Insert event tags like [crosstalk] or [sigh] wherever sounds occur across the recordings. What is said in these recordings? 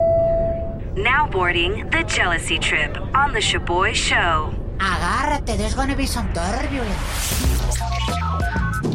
Now boarding the jealousy trip on the Shaboy Show. Agárrate, there's gonna be some turbulence.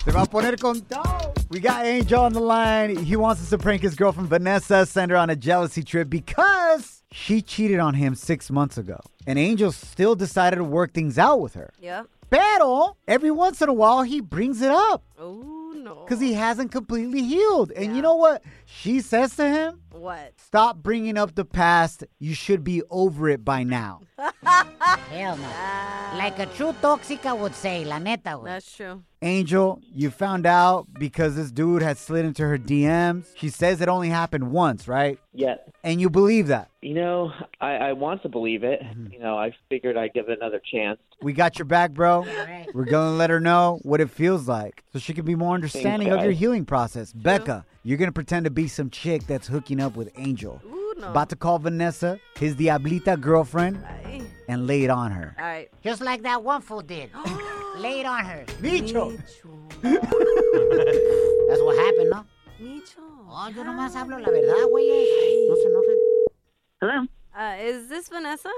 Se va a poner con todo. We got Angel on the line. He wants us to prank his girlfriend Vanessa, send her on a jealousy trip because she cheated on him six months ago. And Angel still decided to work things out with her. Yep. Pero every once in a while, he brings it up Oh no. because he hasn't completely healed. And you know what she says to him? What? Stop bringing up the past. You should be over it by [laughs] now. Hell no. Ah. Like a true toxica would say, la neta, güey. That's true. Angel, you found out because this dude had slid into her DMs. She says it only happened once, right? Yeah. And you believe that. You know, I, I want to believe it. You know, I figured I'd give it another chance. We got your back, [laughs] bro. right. We're going to let her know what it feels like so she can be more understanding of guys. your healing process. Becca, you're going to pretend to be some chick that's hooking up with Angel. Ooh no. About to call Vanessa, his Diablita girlfriend, Ay. and lay it on her. All [gasps] right. Just like that one fool did. Lay it on her. Micho. That's what happened, ¿no? Micho. Oh, yo nomás hablo la verdad, güey. No se enojen. Hello. Uh, is this Vanessa?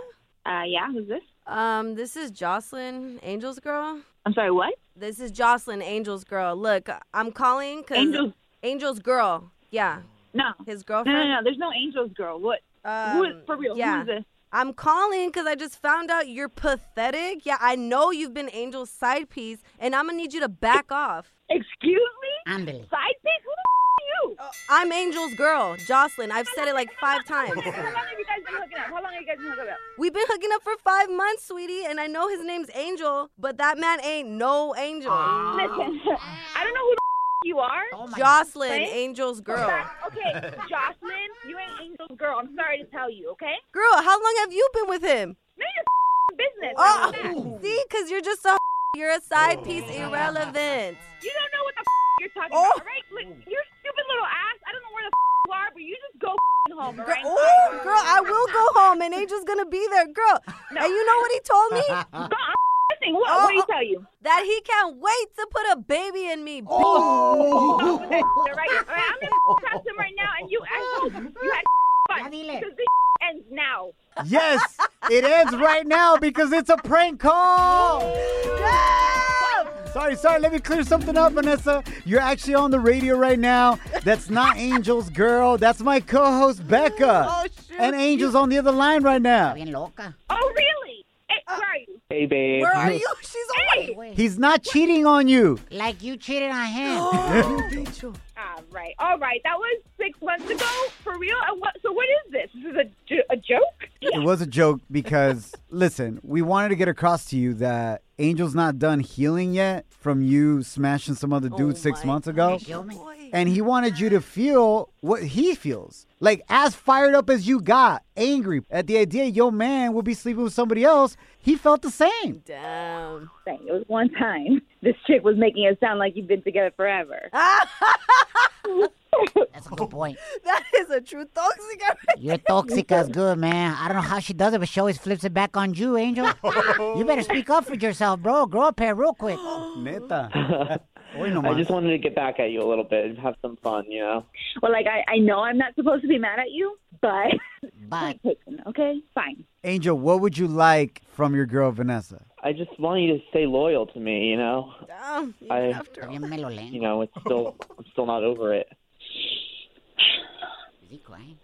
Uh, yeah, who's this? Um, this is Jocelyn, Angel's girl. I'm sorry, what? This is Jocelyn, Angel's girl. Look, I'm calling because Angel's- Angel's girl. Yeah, No. his No, girlfriend. no, no. There's no angels, girl. What? Uh, who is, Um, for real? Yeah. Who is this? I'm calling because I just found out you're pathetic. Yeah, I know you've been Angel's side piece, and I'm gonna need you to back off. Excuse me? Ándale. Side piece? Who the f- are you? Oh, Uh, I'm Angel's girl, Jocelyn. I've said it like five times. How long have you guys been hooking up? How long have you guys been hooking up? We've been hooking up for five months, sweetie, and I know his name's Angel, but that man ain't no Angel. Listen, [laughs] I don't know who the f- you are. Oh my Jocelyn, Right? Angel's girl. but- [laughs] okay, Jocelyn, you ain't angel's girl. I'm sorry to tell you, okay? Girl, how long have you been with him? None of your f- business. Oh, None of that. [laughs] see, because you're just a you're a Oh, side piece, irrelevant. You don't know what the f- you're talking Oh. about, all right? Look, your stupid little ass. I don't know where the f- you are, but you just go f- home, all Girl, right? oh, girl, I will [laughs] go home, and Angel's gonna be there, girl. And you know what he told me? Go on, listen, What, what do Oh. you tell you? [laughs] that he can't wait to put a baby in me. bitch. All right, all right, I'm gonna talk to him right now, and you, I told him you had Ya fun dile. because this ends now. Yes, it ends right now because it's a prank call. Sorry, sorry, let me clear something up, Vanessa. You're actually on the radio right now. That's not Angel's girl. That's my co host, Becca. Oh, shoot. And Angel's on the other line right now. Está bien loca. Oh, really? Hey, where are you? Hey, babe. Where are you? She's away. Güey. He's not cheating on you. Like you cheated on him. All right, all right. That was six months ago, for real. And what? So what is this? This is a, jo- a joke? It was a joke because, listen, we wanted to get across to you that Angel's not done healing yet from you smashing some other dude six my months ago. Oh Kill me. and he wanted you to feel what he feels. Like as fired up as you got, angry at the idea your man would be sleeping with somebody else, he felt the [gasps] same. Damn. Thing. It was one time. [laughs] This chick was making it sound like you've been together forever. That's a good point. That is a true toxic. You're toxic as good, man. I don't know how she does it, but she always flips it back on you, Angel. you better speak up for yourself, bro. Grow up here real quick. [laughs] Neta. Hoy I nomás. just wanted to get back at you a little bit and have some fun, you know? Well, like I, I know I'm not supposed to be mad at you, but [laughs] But taken. Okay, fine. Angel, what would you like from your girl Vanessa? I just want you to stay loyal to me, you know? Damn. Even I- after all. bien melolento. You know, it's still, I'm still not over it. Is he crying?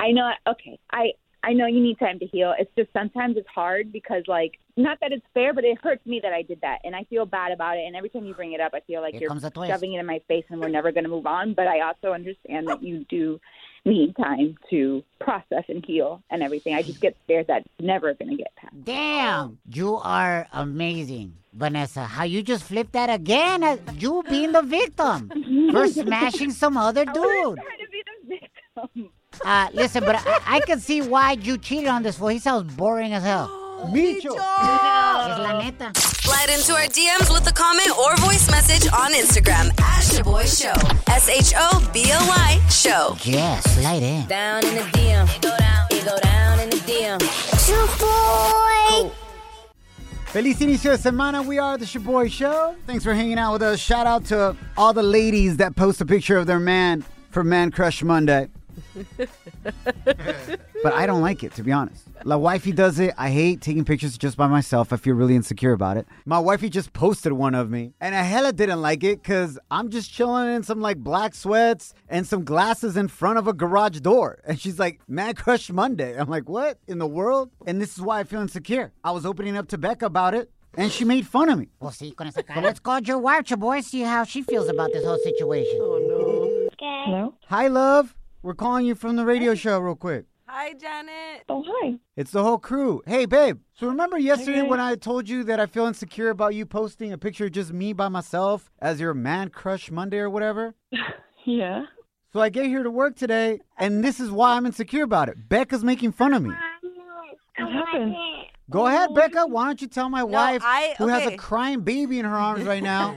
I know. Okay, I I know you need time to heal. It's just sometimes it's hard because, like, not that it's fair, but it hurts me that I did that. And I feel bad about it. And every time you bring it up, I feel like Here you're comes the twist. shoving it in my face and we're never going to move on. But I also understand that you do need time to process and heal and everything. I just get scared that's never going to get past. Damn, you are amazing, Vanessa. How you just flipped that again? uh, You being the victim [laughs] [laughs] for smashing some other dude. trying to be the victim. Uh, listen, but I, I can see why you cheated on this fool. He sounds boring as hell. Micho. [gasps] Es la neta. Slide into our DMs with a comment or voice message on Instagram at Shaboy Show. S H O B O Y Show. Yeah, slide in. Down in the DM. You go down. You go down in the DM. Feliz inicio de semana. We are the Shaboy Show. Thanks for hanging out with us. Shout out to all the ladies that post a picture of their man for Man Crush Monday. but I don't like it, to be honest. La wifey does it. I hate taking pictures just by myself. I feel really insecure about it. My wifey just posted one of me, and I hella didn't like it because I'm just chilling in some like black sweats and some glasses in front of a garage door. And she's like, Mad Crush Monday. I'm like, what in the world? And this is why I feel insecure. I was opening up to Becca about it, and she made fun of me. Well, see, Oh, con esa cara. Let's call your wife, your boy, see how she feels about this whole situation. Hello? Hi, love. We're calling you from the radio show real quick. Hi, Janet. Oh, hi. It's the whole crew. Hey, babe. So remember yesterday when I told you that I feel insecure about you posting a picture of just me by myself as your man crush Monday or whatever? Yeah. So I get here to work today, and this is why I'm insecure about it. Becca's making fun of me. Oh, What happened? Go ahead, Becca. Why don't you tell my wife, Oh. I- who has a okay. crying baby in [laughs] her arms right now,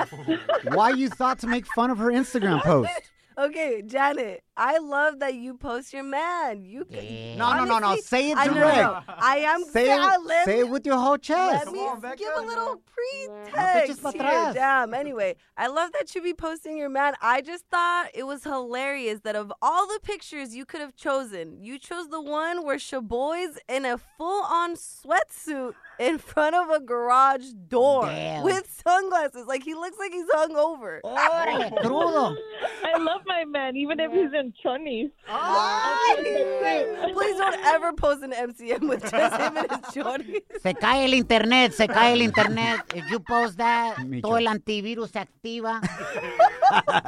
why you thought to make fun of her Instagram post? Okay, Janet. I love that you post your man. You can, No, no, no, no. honestly, Say it I, no, no, no. direct. I am Say I it, let say me- it with your whole chest. Let me give a little eches pretext pa' here. atrás. Damn. Anyway, I love that you be posting your man. I just thought it was hilarious that of all the pictures you could have chosen, you chose the one where Shaboy's in a full-on sweatsuit in front of a garage door Damn. with sunglasses. Like he looks like he's hungover. Órale, crudo. I love my man, even if he's in chunnies. Please don't ever post an MCM [laughs] with just him and his Johnny. Se cae el internet, se cae el internet. If you post that, Micho. todo el antivirus se activa.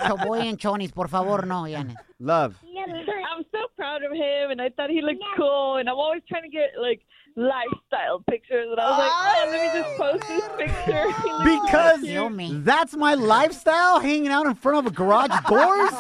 Yo voy en chonis, por favor, no, Janet. Love. I'm so proud of him, and I thought he looked cool. And I'm always trying to get like lifestyle pictures, and I was like, oh, let me just post this picture. [laughs] He looks so Because Kill me. that's my lifestyle, hanging out in front of garage doors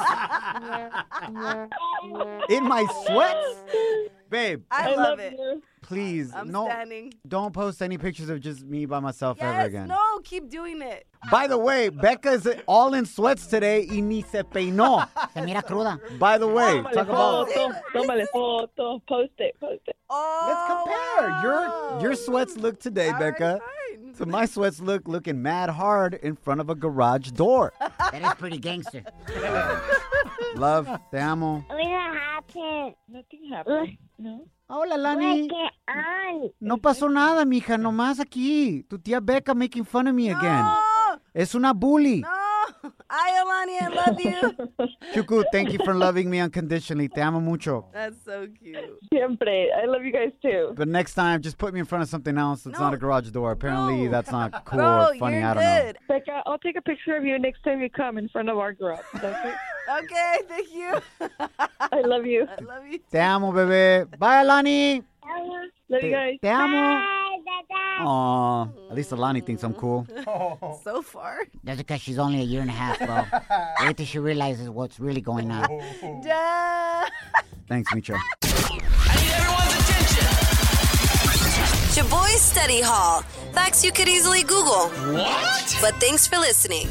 in my sweats. Babe, I, I love love it. you. please, I'm no, standing. don't post any pictures of just me by myself ever Yes, again. no, keep doing it. By the way, Becca's all in sweats today y ni se peinó. Se mira cruda. By the way, Tómale talk about. foto, tómale foto, post it, post it. Let's Oh, compare your your sweats look today, all right, Becca, Oh, fine. to my sweats look looking mad hard in front of a garage door. [laughs] That is pretty gangster. Love, te amo. Nothing happened. No. Hola, Lani. No pasó nada, mija, nomás aquí. Tu tía Becca making fun of me again. Oh, Es una bully. no. Hi, Alani, I love you. [laughs] Chuku, thank you for loving me unconditionally. Te amo mucho. That's so cute. Siempre. I love you guys too. But next time, just put me in front of something else that's No. not a garage door. Apparently, No. that's [laughs] not cool Bro, or funny. you're I don't good. Becca, I'll take a picture of you next time you come in front of our garage. Okay? Okay, thank you. [laughs] I love you. I love you. know. Te amo, bebé. Bye, Alani. Love you guys. Te, te amo. Aw, at least Alani thinks I'm cool. So far, That's because she's only a year and a half, bro. Wait till she realizes what's really going on. Duh. Thanks, Micho. Shaboy Study Hall. Facts you could easily Google. What? But thanks for listening.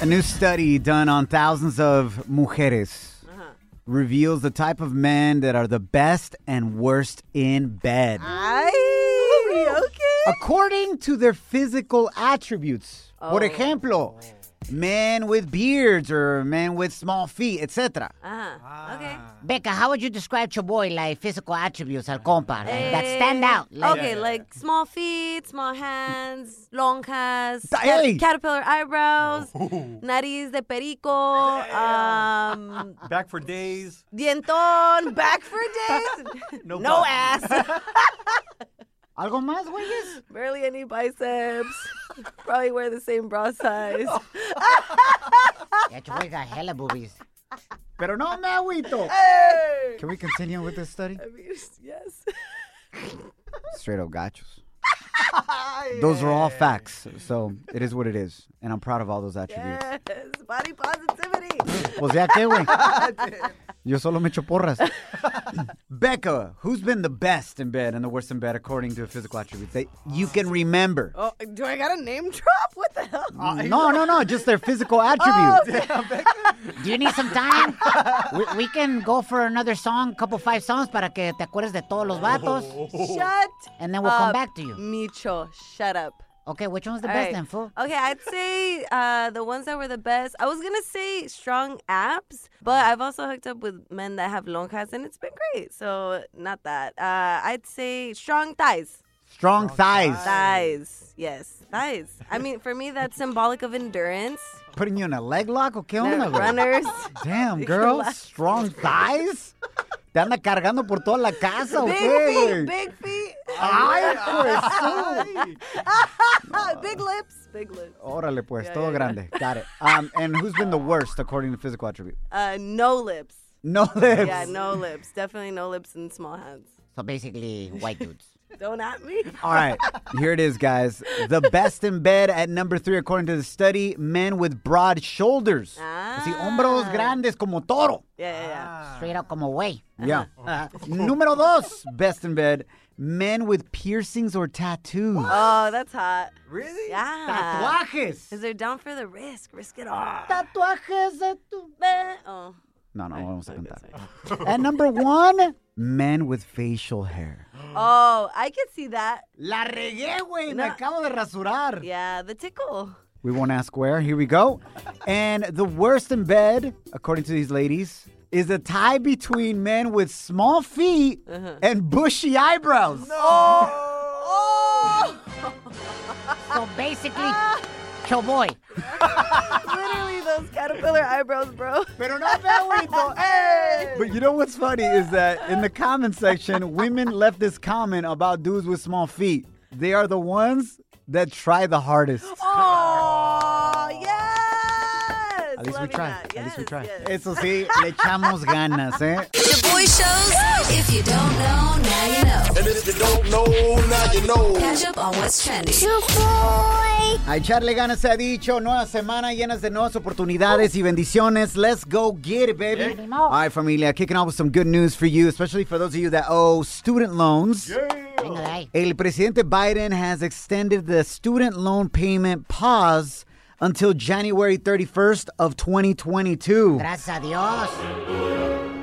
A new study done on thousands of mujeres reveals the type of men that are the best and worst in bed. I okay. according to their physical attributes. Por ejemplo, men with beards or men with small feet, etc. Uh-huh. Okay. Becca, how would you describe your boy like physical attributes al compa like, that stand out? Like, Eh, okay, like small feet, small hands, long hands, Ta- cat- hey! caterpillar eyebrows, nariz de perico, um, Back for days. dienton, back for days, No no bump. ass, Algo más, güeyes? barely any biceps, probably wear the same bra [laughs] size. that your boy got hella boobies. Pero no me agüito. Can we continue with this study? I mean, yes. Straight up gachos. Those are all facts, so it is what it is, and I'm proud of all those attributes. Yes. Body positivity. Pues ya qué, güey. [laughs] Yo solo me echo porras. Becca, who's been the best in bed and the worst in bed according to physical attributes that you can remember? Oh, do I got a name drop? What the hell? No, no, no, just their physical attributes. Oh. Do you need some time? we, we can go for another song, couple five songs, para que te acuerdes de todos los vatos, Shut and then we'll up, come back to you. Micho, shut up. Okay, which one's the All best right. then, fool? Okay, I'd say uh, the ones that were the best. I was gonna say strong abs, but I've also hooked up with men that have long thighs, and it's been great. So not that. Uh, I'd say strong thighs. Strong thighs, Thighs, yes, thighs. I mean, for me, that's symbolic of endurance. putting you in a leg lock o qué onda, They're güey? [laughs] runners. Damn, girl, [laughs] strong thighs. Te anda cargando por toda la casa, o Big qué? feet, big feet, [laughs] Ay, pues. sí. big lips, big lips. Órale, pues, Yeah, todo yeah, yeah. grande. Got it. Um, and who's been the worst according to physical attribute? Uh, no lips. No lips. Yeah, no lips. Definitely no lips and small hands. So basically, white dudes. Don't [laughs] at me. All right, here it is, guys. The best in bed at number three, according to the study, men with broad shoulders. Ah. Así, hombros grandes como toro. Yeah, yeah, yeah. Straight up como way. Yeah. Oh. Número dos, best in bed, men with piercings or tattoos. Oh, that's hot. Really? Yeah. Because Tatuajes. they're down for the risk. Risk it all. Tatuajes de tu. Meh. Oh. No, no, vamos a cantar. At number one, men with facial hair. oh, I could see that. La regué, güey. No. acabo de rasurar. Yeah, the tickle. We won't ask where. Here we go. And the worst in bed, according to these ladies, is a tie between men with small feet and bushy eyebrows. So basically, your boy. Literally those caterpillar eyebrows, bro. Pero no me agüito. Hey! But you know what's funny is that in the comment section, women left this comment about dudes with small feet. They are the ones that try the hardest. Oh, yes. At least we Loving try. That. At least we Yes, try. yes. Eso sí, le echamos ganas, eh? Shaboy shows. If you don't know, now you know. And if you don't know, now you know. Catch up on what's trending. A echarle ganas se ha dicho, nueva semana llenas de nuevas oportunidades y bendiciones. Let's go get it, baby. All right, familia, kicking off with some good news for you, especially for those of you that owe student loans. Venga de ahí. El presidente Biden has extended the student loan payment pause until January 31st of 2022. Gracias a Dios.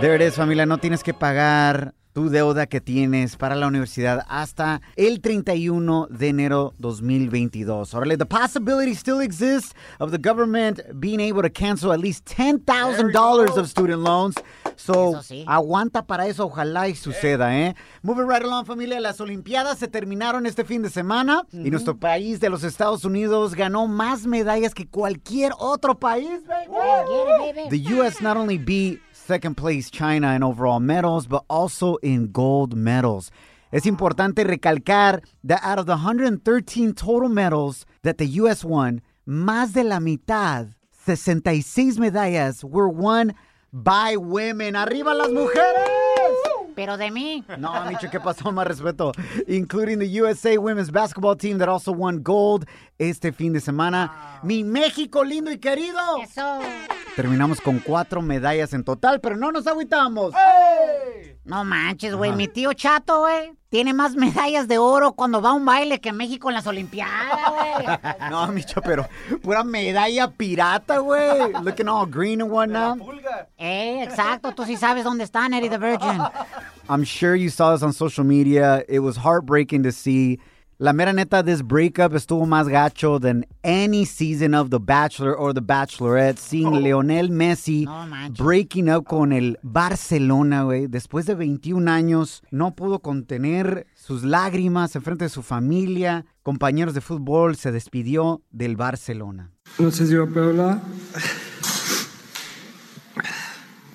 There it is, familia. No tienes que pagar tu deuda que tienes para la universidad hasta el 31 de enero 2022. Órale, the possibility still exists of the government being able to cancel at least $10,000 of student loans. So, Eso sí. aguanta para eso, ojalá y suceda, ¿eh? Moving right along, familia. Las Olimpiadas se terminaron este fin de semana y nuestro país de los Estados Unidos ganó más medallas que cualquier otro país, baby. The U.S. not only beat second place China in overall medals, but also in gold medals. Es importante recalcar that out of the 113 total medals that the U.S. won, más de la mitad, 66 medallas, were won by women. ¡Arriba las mujeres! Pero de mí. No, Micho, ¿qué pasó? Más respeto. Including the USA women's basketball team that also won gold este fin de semana. Mi México lindo y querido. Eso. Terminamos con cuatro medallas en total, pero no nos agüitamos. [laughs] No manches, güey. Mi tío Chato, güey, tiene más medallas de oro cuando va a un baile que México en las Olimpiadas, güey. [laughs] No, Micho, pero pura medalla pirata, güey. Looking all green and whatnot. Eh, exacto, tú sí sabes dónde están, Eddie the Virgin. I'm sure you saw this on social media. It was heartbreaking to see. La mera neta, this breakup estuvo más gacho than any season of The Bachelor or The Bachelorette. Seeing Leonel Messi Oh. No manches. breaking up con el Barcelona, güey. Después de 21 años, no pudo contener sus lágrimas en frente de su familia. Compañeros de fútbol se despidió del Barcelona. No sé si va a poder hablar.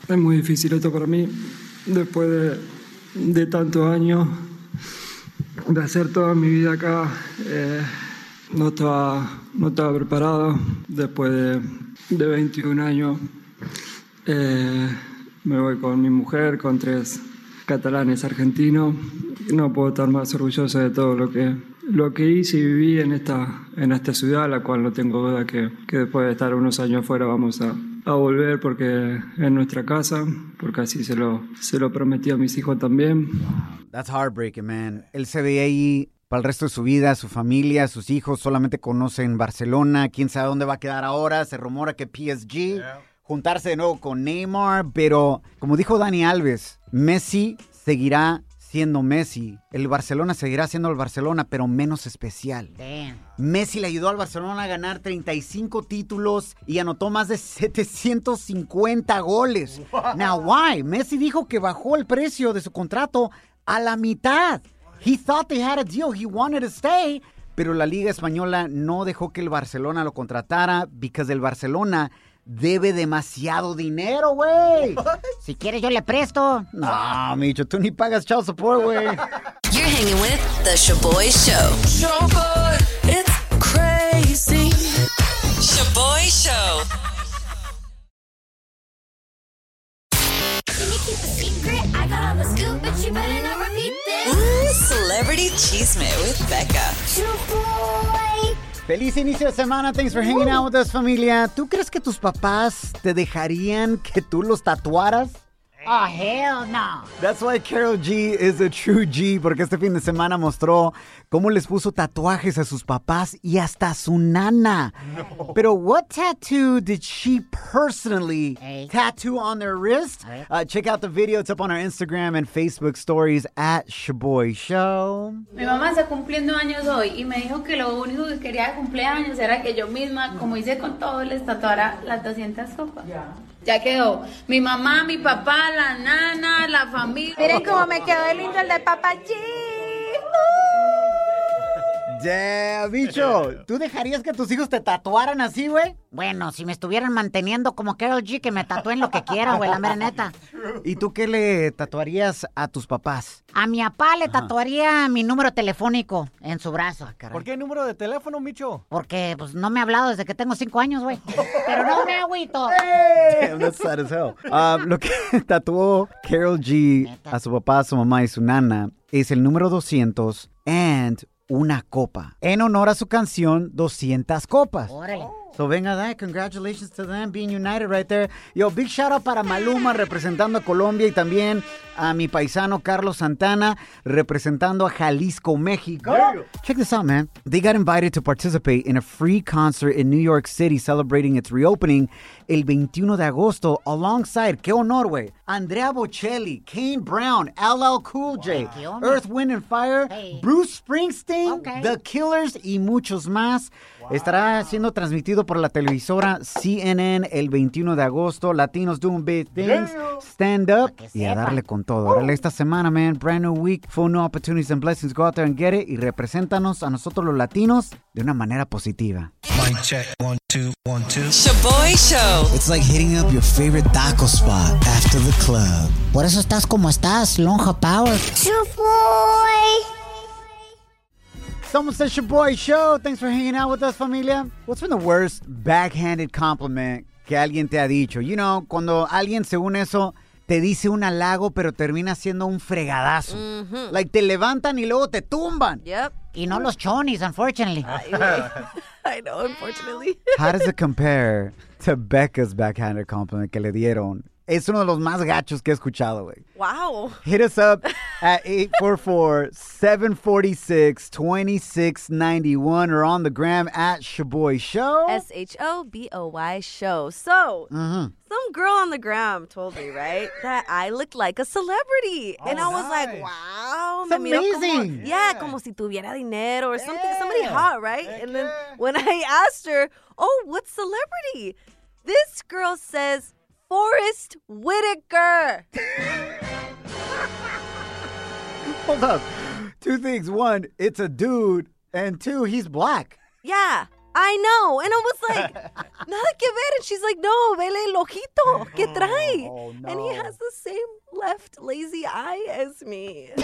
Es muy difícil esto para mí. Después de, de tantos años de hacer toda mi vida acá, eh, no, estaba, no estaba preparado. Después de, de 21 años, eh, me voy con mi mujer, con tres catalanes argentinos. No puedo estar más orgulloso de todo lo que, lo que hice y viví en esta, en esta ciudad, la cual no tengo duda que, que después de estar unos años fuera vamos a, a volver porque es nuestra casa, porque así se lo, se lo prometí a mis hijos también. That's heartbreaking, man. Él se veía ahí para el resto de su vida, su familia, sus hijos, solamente conocen Barcelona. Quién sabe dónde va a quedar ahora. Se rumora que PSG. Juntarse de nuevo con Neymar. Pero, como dijo Dani Alves, Messi seguirá siendo Messi. El Barcelona seguirá siendo el Barcelona, pero menos especial. Damn. Messi le ayudó al Barcelona a ganar 35 títulos y anotó más de 750 goles. Now why? Messi dijo que bajó el precio de su contrato a la mitad. He thought they had a deal, he wanted to stay, pero la liga española no dejó que el Barcelona lo contratara because el Barcelona debe demasiado dinero, güey. Si quieres, yo le presto. No, Micho, tú ni pagas child support, güey. You're hanging with The Shaboy Show. Shaboy, it's crazy. Shaboy Show. Ooh, Celebrity Cheesemate with Becca. Feliz inicio de semana, thanks for hanging out with us familia. ¿Tú crees que tus papás te dejarían que tú los tatuaras? Oh, hell no. That's why Carol G is a true G, porque este fin de semana mostró cómo les puso tatuajes a sus papás y hasta a su nana. Pero what tattoo did she personally Hey. tattoo on their wrist? Hey. Uh, check out the video, it's up on our Instagram and Facebook stories at Shaboy Show. Mi mamá está cumpliendo años hoy y me dijo que lo único que quería de cumpleaños era que yo misma, como hice con todos, les tatuara las 200 copas. Ya quedó. Mi mamá, mi papá, la nana, la familia. Miren cómo me quedó el lindo el de papachí. Yeah, [laughs] bicho, ¿tú dejarías que tus hijos te tatuaran así, güey? Bueno, si me estuvieran manteniendo como Carol G, que me tatúen lo que quiera, güey, la mera neta. ¿Y tú qué le tatuarías a tus papás? A mi papá le tatuaría mi número telefónico en su brazo. Ah, caray. qué número de teléfono, Micho? Porque, pues, no me ha hablado desde que tengo cinco [laughs] años, güey. Pero no me agüito. Eh. Damn, that's Eh, sad as hell. Ah, lo que [laughs] tatuó Carol G a su papá, a su mamá y su nana es el número 200 and una copa. En honor a su canción 200 copas. Órale. So venga, that. Congratulations to them being united right there. Yo, big shout out para Maluma representando a Colombia y también a mi paisano Carlos Santana representando a Jalisco, México. Check this out, man. They got invited to participate in a free concert in New York City celebrating its reopening el 21 de agosto alongside, qué honor, güey, Andrea Bocelli, Kane Brown, LL Cool J, Qué honor. Earth, Wind and Fire, Hey. Bruce Springsteen, Ok. The Killers y muchos más. Estará siendo transmitido por la televisora CNN el 21 de agosto. Latinos Doing Big Things, Stand Up Pa' que y a sepa. Uh. darle con todo. Órale, esta semana, man, brand new week, full new opportunities and blessings. Go out there and get it y represéntanos a nosotros los latinos de una manera positiva. Mic check, one, two, one, two. Shaboy Show. It's like hitting up your favorite taco spot after the club. Por eso estás como estás, Lonja Power. Someone says your boy show. Thanks for hanging out with us, familia. What's been the worst backhanded compliment que alguien te ha dicho? You know, cuando alguien según eso te dice un halago pero termina siendo un fregadazo. Like te levantan y luego te tumban. Yep. Y no los chonis, unfortunately. I know, unfortunately. [laughs] How does it compare to Becca's backhanded compliment que le dieron es uno de los más gachos que he escuchado, güey. Wow. Hit us up at 844-746-2691 or on the gram at Shaboy Show. S H O B O Y show. So, Mhm. some girl on the gram told [laughs] me, right, that I looked like a celebrity. and I was like, wow. It's me miro como- Oh, amazing. yeah, como si tuviera dinero or something. Somebody hot, right? And then when I [laughs] asked her, oh, what celebrity? This girl says, Forrest Whitaker. Hold up. Two things. One, it's a dude. And two, he's black. Yeah, I know. And I was like, [laughs] nada que ver. And she's like, no, vele el ojito que Oh, trae. And he has the same left lazy eye as me. [laughs]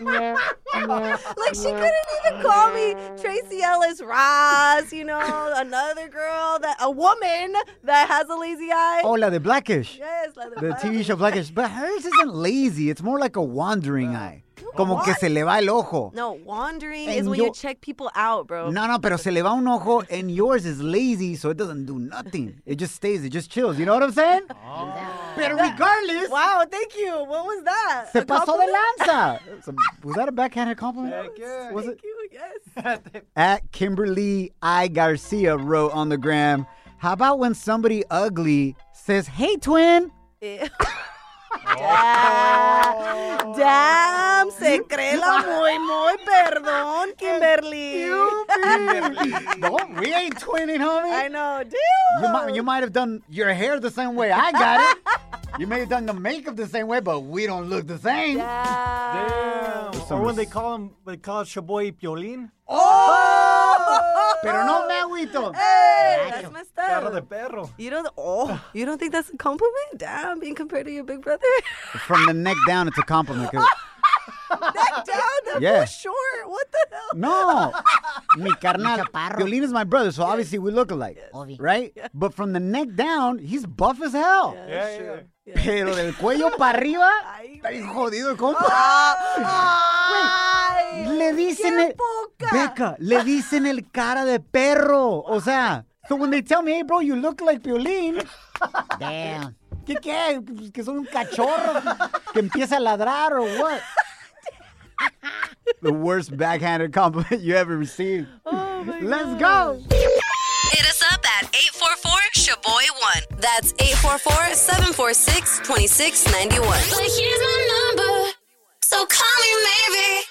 like, she couldn't even call me Tracy Ellis Ross, you know, another girl, that a woman that has a lazy eye. Oh, la de Blackish. Yes, la de The TV show Blackish. But hers isn't lazy. It's more like a wandering eye. Como que se le va el ojo. [laughs] No, wandering And is when yo- you check people out, bro. No, no, pero se le va un ojo, and yours is lazy, so it doesn't do nothing. It just stays, it just chills. You know what I'm saying? But regardless. Wow, thank you. Ah. What was that? Se A pasó de compliment? [laughs] lanza. So, Was that a backhanded compliment? Was it? At Kimberly I. Garcia wrote on the gram, How about when somebody ugly says, Hey, twin? [laughs] Eh. Damn, Oh. damn, se cree la muy, muy, perdón, Kimberly. [laughs] no, we ain't twinning, homie. I know, dude. You might, you might have done your hair the same way I got it. you may have done the makeup the same way, but we don't look the same. Damn. Or when they call him, they call it Shaboy Piolín. Pero no me agüito. Hey, that's messed up. Cara de perro. You don't, oh, you don't think that's a compliment? Damn, being compared to your big brother? [laughs] From the neck down, it's a compliment. 'cause- that down, that Yeah. was short. What the hell? No, mi carnal. Violín is my brother, so obviously we look alike, right? But from the neck down, he's buff as hell. Yeah, yeah. Pero del cuello para arriba, está bien jodido el compa. Güey, le dicen el Beca, le dicen el cara de perro. O sea, so when they tell me, hey bro, you look like Piolín. Damn. ¿Qué qué? Pues Que son un cachorro que empieza a ladrar o what? The worst backhanded compliment you ever received. Let's go. Hit us up at 844-SHABOY1. That's 844-746-2691. here's my number, so call me maybe.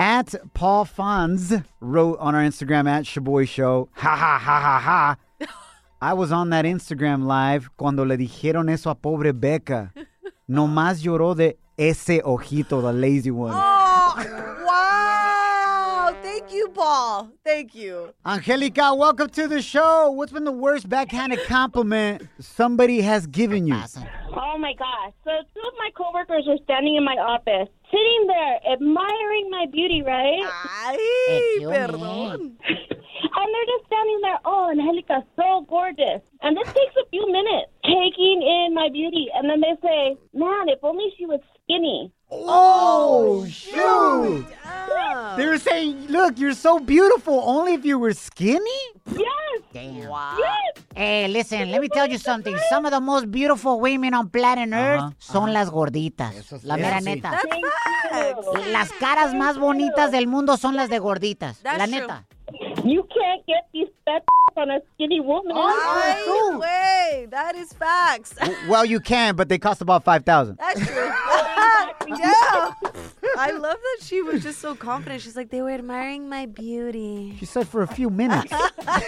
At Paul Fonz wrote on our Instagram at Shaboy Show, ha ha ha ha [laughs] ha. I was on that Instagram live cuando le dijeron eso a pobre Becca. Nomás lloró de ese ojito, the lazy one. Oh, [laughs] wow. Thank you, Paul. Thank you. Angelica, welcome to the show. What's been the worst backhanded compliment somebody has given you? Oh my gosh. So two of my coworkers were standing in my office, sitting there admiring my beauty, right? Ay, perdón. And they're just standing there, oh, Angelica, so gorgeous. And this takes a few minutes, taking in my beauty. And then they say, man, if only she was skinny. Oh, shoot. Oh. They were saying, look, you're so beautiful only if you were skinny? Yes. Damn. Wow. Hey, listen, let me tell you something. Some of the most beautiful women on planet Earth son las gorditas. la mera neta. That's facts. Las caras más bonitas del mundo son las de gorditas. That's la true. neta. [laughs] You can't get these fat [laughs] on a skinny woman. Oh. Ay, güey, that is facts. Well, you can, but they cost about 5000 That's [laughs] true. yeah. I love that she was just so confident. She's like, they were admiring my beauty. She said for a few minutes.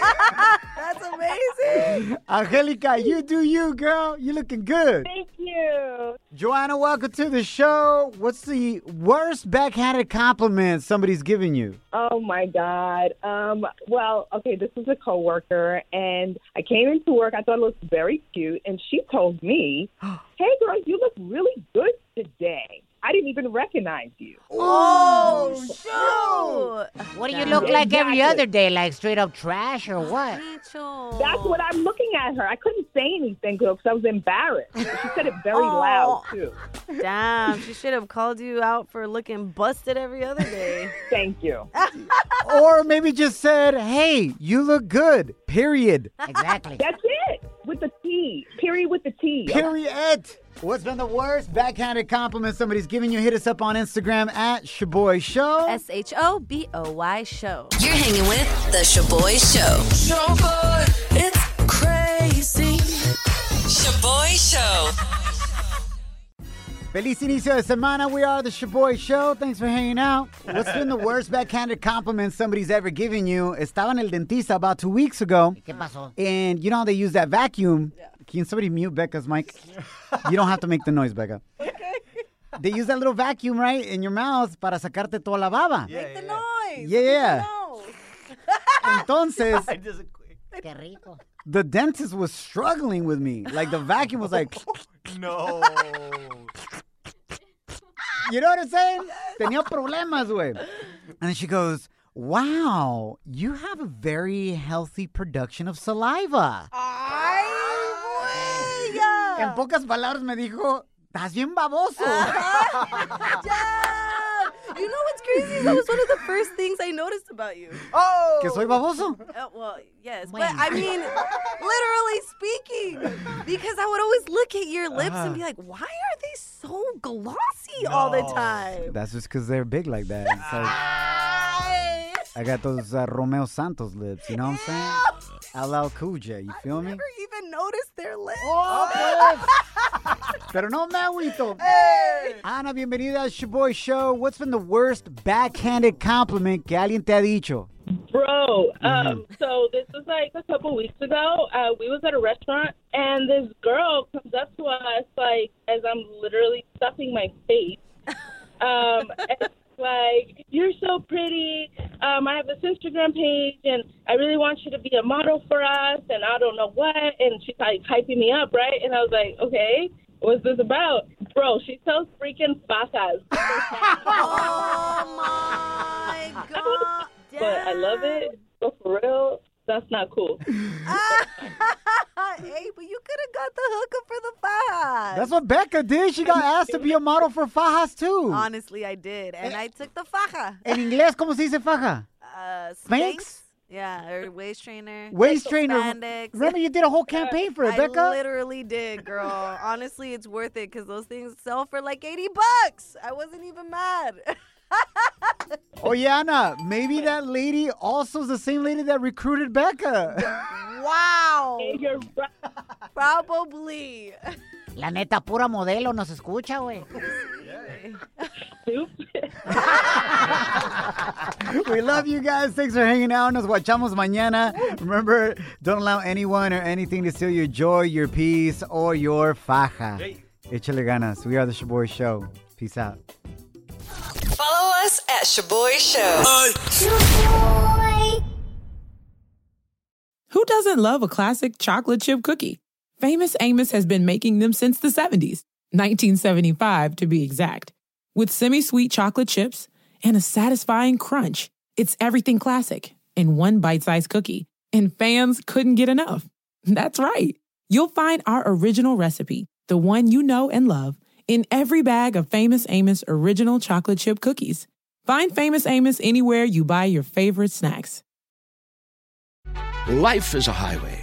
That's [laughs] amazing. Angelica, you do you, girl. You looking good. Thank you. Joanna, welcome to the show. What's the worst backhanded compliment somebody's giving you? Oh my god. Um, well, okay, this is a coworker, and I came into work. I thought it looked very cute, and she told [gasps] me, "Hey, girl, you look really good today. I didn't even recognize you." Oh, shoot. What do Oh, you look like every other day? Like straight up trash or [laughs] what? That's what I'm looking at her. I couldn't say anything because I was embarrassed. She said it [laughs] very Oh. loud too. [laughs] Damn, she should have called you out for looking busted every other day. Thank [laughs] you. or maybe just said, hey, you look good, period. [laughs] Exactly. That's it. with the T. Period with the T. [laughs] Period. What's been the worst backhanded compliment somebody's giving you? Hit us up on Instagram at Shaboy Show. [laughs] S H O B O Y Show. You're hanging with The Shaboy Show. Shaboy, it's crazy. Shaboy Show. Feliz inicio de semana. We are the Shaboy Show. Thanks for hanging out. What's been the worst backhanded compliment somebody's ever given you? Estaba en el dentista about two weeks ago. ¿Qué pasó? And you know how they use that vacuum? Can somebody mute Becca's mic? you don't have to make the noise, Becca. They use that little vacuum, right, in your mouth para sacarte toda la baba. Make the noise. Yeah, yeah. No. Entonces, Qué rico. the dentist was struggling with me. Like, the vacuum was like, No. [laughs] you know what I'm saying? Tenía problemas, güey. And then she goes, wow, you have a very healthy production of saliva. En pocas palabras me dijo, estás bien baboso. You know what's crazy? is That was one of the first things I noticed about you. Oh. Que soy baboso. Uh, well, yes, Bueno. but I mean, literally speaking, because I would always look at your lips and Uh-huh. be like, why are they so glossy all the time? That's just because they're big like that. It's like, I got those uh, Romeo Santos lips, you know what I'm saying? LL Cool J, you feel me? Never even noticed their lips. Pero no me agüito. Eh. Ana, bienvenida al Shaboy Show. What's been the worst backhanded compliment que alguien te ha dicho? Bro, um, so this was like a couple weeks ago. Uh, we was at a restaurant, and this girl comes up to us like as I'm literally stuffing my face. Um, and it's like, you're so pretty. Um, I have this Instagram page, and I really want you to be a model for us, and I don't know what. And she's like hyping me up, right? And I was like, okay, what's this about? Bro, she sells freaking facas. oh [laughs] my god. But I love it. But for real, that's not cool. [laughs] hey, but you could have got the hookup for the five. That's what Becca did. She got asked to be a model for Fajas too. Honestly, I did, and Eh. I took the faja. En inglés, ¿cómo se dice faja? Uh, Spanx? Spanx? Yeah, or waist trainer. Waist trainer. Spandex. Remember, you did a whole campaign for it, Becca? I literally did, girl. Honestly, it's worth it because those things sell for like 80 bucks. I wasn't even mad. [laughs] Oh, yeah, Anna, maybe that lady also is the same lady that recruited Becca. [laughs] wow. Probably. La neta, pura modelo nos escucha, güey. we love you guys. Thanks for hanging out. Nos guachamos mañana. Remember, don't allow anyone or anything to steal your joy, your peace, or your faja. Échale ganas. We are the Shaboy Show. Peace out. Follow us at Shaboy Show. Who doesn't love a classic chocolate chip cookie? Famous Amos has been making them since the 70s, 1975 to be exact. With semi sweet chocolate chips and a satisfying crunch, it's everything classic in one bite sized cookie, and fans couldn't get enough. That's right. You'll find our original recipe, the one you know and love, in every bag of Famous Amos original chocolate chip cookies. Find Famous Amos anywhere you buy your favorite snacks. Life is a highway,